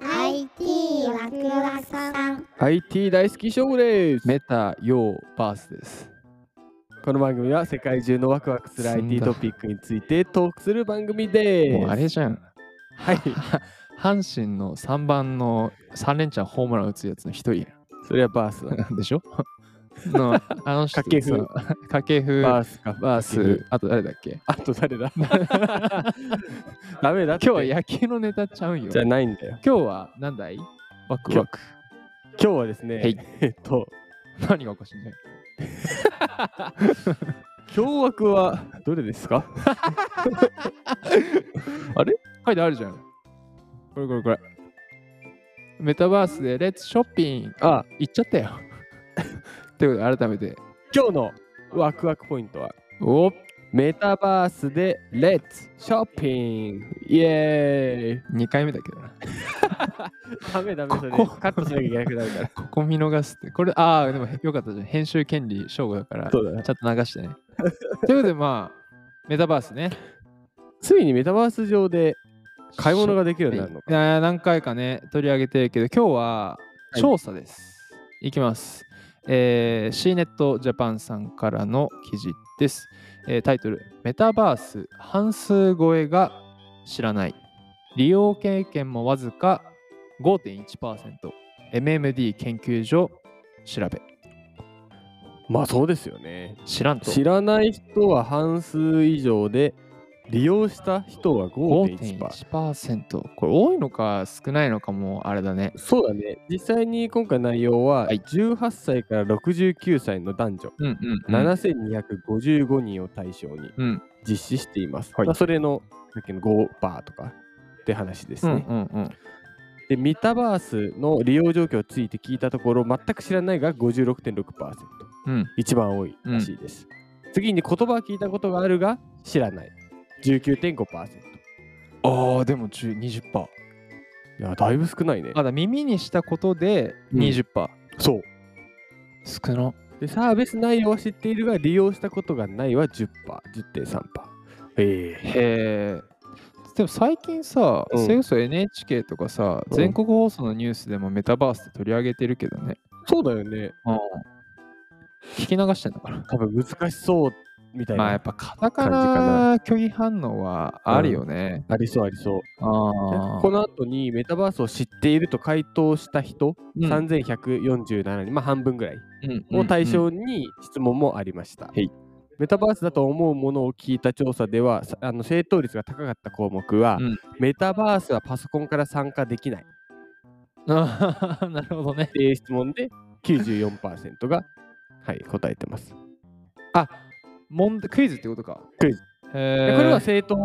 IT ワクワクさん IT 大好き勝負ですメタ・ヨー・バースですこの番組は世界中のワクワクする進んだ IT トピックについてトークする番組ですもうあれじゃん。はい 阪神の3番の3連チャンホームラン打つやつの一人それはバースだやん でしょ の、あの人掛布さ。掛布、ババースかース、あと誰だっ けあと誰だ ダメだって今日は野球のネタちゃうよ。じゃ今ないんだよ日は何だいワクワク。今日はですね、はいえっと何がおかしいんだい凶悪はどれですかあれ書いてあるじゃん。これこれこれ。メタバースでレッツショッピングあ行っちゃったよ。 ということで改めて、今日のワクワクポイントはおメタバースでレッツショッピングイエーイ2回目だけどな。ダメダメそれここカットしなきゃいけなくなるからここ見逃すって。これ、ああ、でもよかったじゃん。編集権利、省吾だから、ちそうだゃんと流してね。 ということで、まあ、メタバースね。ついにメタバース上で買い物ができるようになるのかいや何回かね取り上げてるけど今日ははい調査です、い、きます、えー、CNET ジャパンさんからの記事です、えータイトルメタバース半数超えが知らない利用経験もわずか 5.1%MMD 研究所調べまあそうですよね知らんと知らない人は半数以上で利用した人は5.1%パー5.1%これ多いのか少ないのかもあれだねそうだね実際に今回内容ははい18歳から69歳の男女うんうん、 7255人を対象にうん実施しています、はいまあそれのさっきの5%とかって話ですうんね、うんうんでメタバースの利用状況について聞いたところ全く知らないが56.6%うん一番多いらしいです、次に言葉は聞いたことがあるが知らない19.5%ああでも10 20%いやだいぶ少ないねまだ耳にしたことでうん20%、そう少なでサービス内容は知っているが利用したことがないは 10%10.3% ええへえでも最近さ、うんそれこそ NHK とかさ、うん全国放送のニュースでもメタバースって取り上げてるけどね、そうだよね聞き流してんのかな多分難しそうみたいな、まあやっぱカタカ感じかナ虚偽反応はあるよね、ありそうありそうああこの後にメタバースを知っていると回答した人、うん3147人、まあ、半分ぐらいうんを対 うん象に質問もありました、いメタバースだと思うものを聞いた調査ではさあの正答率が高かった項目は、うんメタバースはパソコンから参加できないっうんなるほどねていう質問で94%が、はい、答えてますもんクイズってことかクイズへでえこれは正答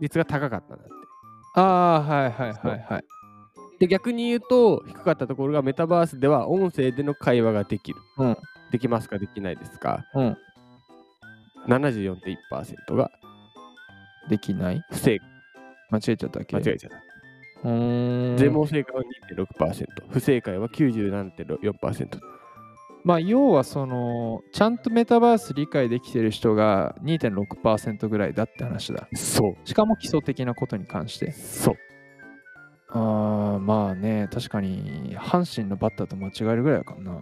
率が高かったんだってああはいはいはいはいで逆に言うと低かったところがメタバースでは音声での会話ができる、うんできますかできないですか、うん74.1%ができない不正間違えちゃったっけ間違えちゃった、うーん全問正解は2.6%不正解は97.4%まあ要はそのちゃんとメタバース理解できてる人が2.6%ぐらいだって話だそうしかも基礎的なことに関してそうああまあね確かに阪神のバッターと間違えるぐらいだからない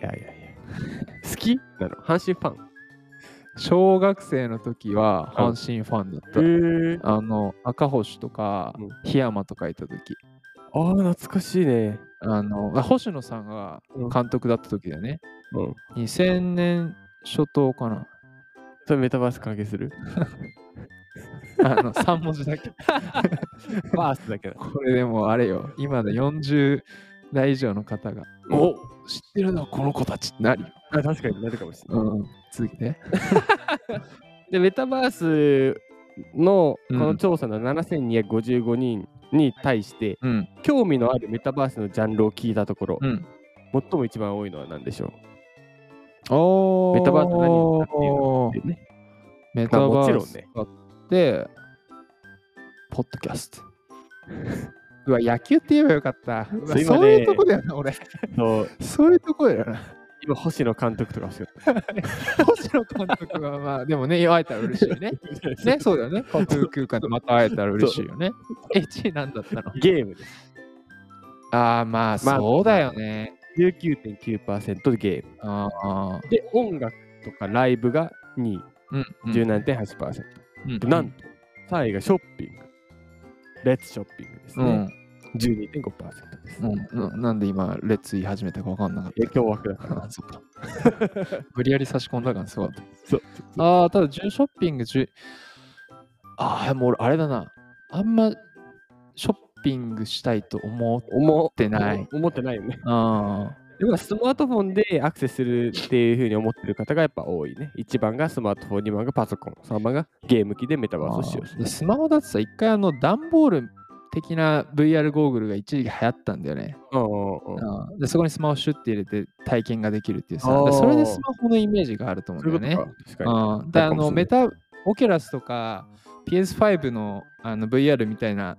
やいやいや好きなの阪神ファン小学生の時はうん阪神ファンだった、へえあの赤星とかうん檜山とかいた時ああ懐かしいねあのあ星野さんがうん監督だった時だよねうん2000年初頭かな それメタバース関係するあの3文字だけバースだけどこれでもあれよ、今の40代以上の方が、おお知ってるな、この子たちってなるよ。 あ確かになるかもしれない、うん、続けて。でメタバースのこうんの調査の7255人に対して、うん、興味のあるメタバースのジャンルを聞いたところ、うん。最も一番多いのは何でしょおメタバース何に使っているうおっていうねメタバまあもちろーんスね使って、ポッドキャスト。うわ、野球って言えばよかった。うわすいませんそういうとこだよな、俺。そうそういうとこだよな。今、星野監督とか欲しかっ星野監督はまあ、でもね、会えたら嬉しいね。 た。ね、そうだよね。架空空間でまた会えたら嬉しいよね。え、1位なんだったのゲームです。ああ、まあ、まあそうだよね。 19.9%ゲーム。ああ、で、音楽とかライブが2位、うん、うん、 17.8%。うんでなんと、3位がショッピング。レッツショッピングですうね。ん、 12.5%です。うん、ななんで今、列言い始めたか分かんなかっえ、凶悪だかた。 あーそっか。無理やり差し込んだからすごかった。ら。そう。ああ、ただ、ジュンショッピング、ジュああ、もう俺あれだな。あんまショッピングしたいと思っ思ってない。思ってないよね。あでもスマートフォンでアクセスするっていうふうに思ってる方がやっぱ多いね。1番がスマートフォン、2番がパソコン、3番がゲーム機でメタバースを使用する。スマホだってさ、一回あの段ボール的な VR ゴーグルが一時期流行ったんだよね。うんうんうんあーでそこにスマホシュッて入れて体験ができるっていうさ、あーでそれでスマホのイメージがあると思そううんいだうよことね。か。確かに。うん、であかものしれメタオキュラスとか PS5 のあの VR みたいな、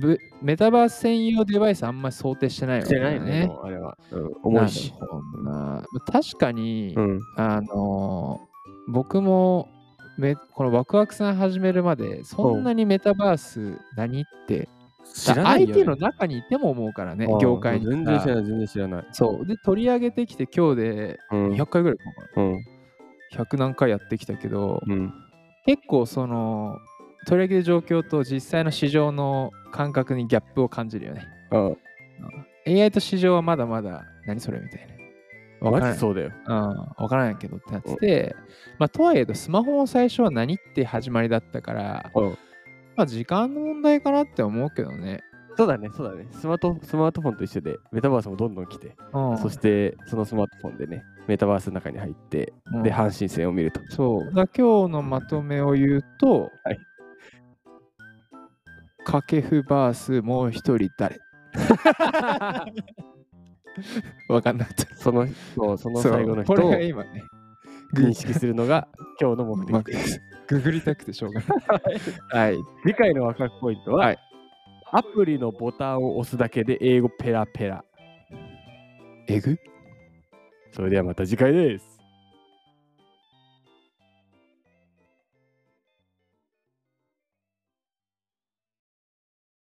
ブメタバース専用デバイスあんまり想定してないわしけてだなよいね、ね。もうあれは。うん、重いし。なるほどな確かに、うん。あのー僕もめこのワクワクさん始めるまでそんなにメタバース何って、知らない相よ手の中にいても思うからねうん業界に全然知らない、全然知らない。そうで取り上げてきて今日でうん。 200回ぐらいかなうん。 100何回やってきたけど、うん。結構その取り上げる状況と実際の市場の感覚にギャップを感じるよねあ AI と市場はまだまだ何それみたいなわかマらんジそうだよ。うん、分からないけどってなってて、まあ、とはいえどスマホも最初は何って始まりだったから、うんまあ、時間の問題かなって思うけどね。そうだね、そうだね。スマートスマートフォンと一緒で、メタバースもどんどん来て、うん、そしてそのスマートフォンでね、メタバースの中に入って、うんで、阪神戦を見 ると。そうだから今日のまとめを言うと、はい掛布バースもう一人誰わかんなかった。そのそうそのそう最後の人これをが今ね、認識するの が今日の目うま的くです。ググりたくてしょうがない。はい。次回のワクワクポイントは、はいアプリのボタンを押すだけで英語ペラペラえぐそれではまた次回です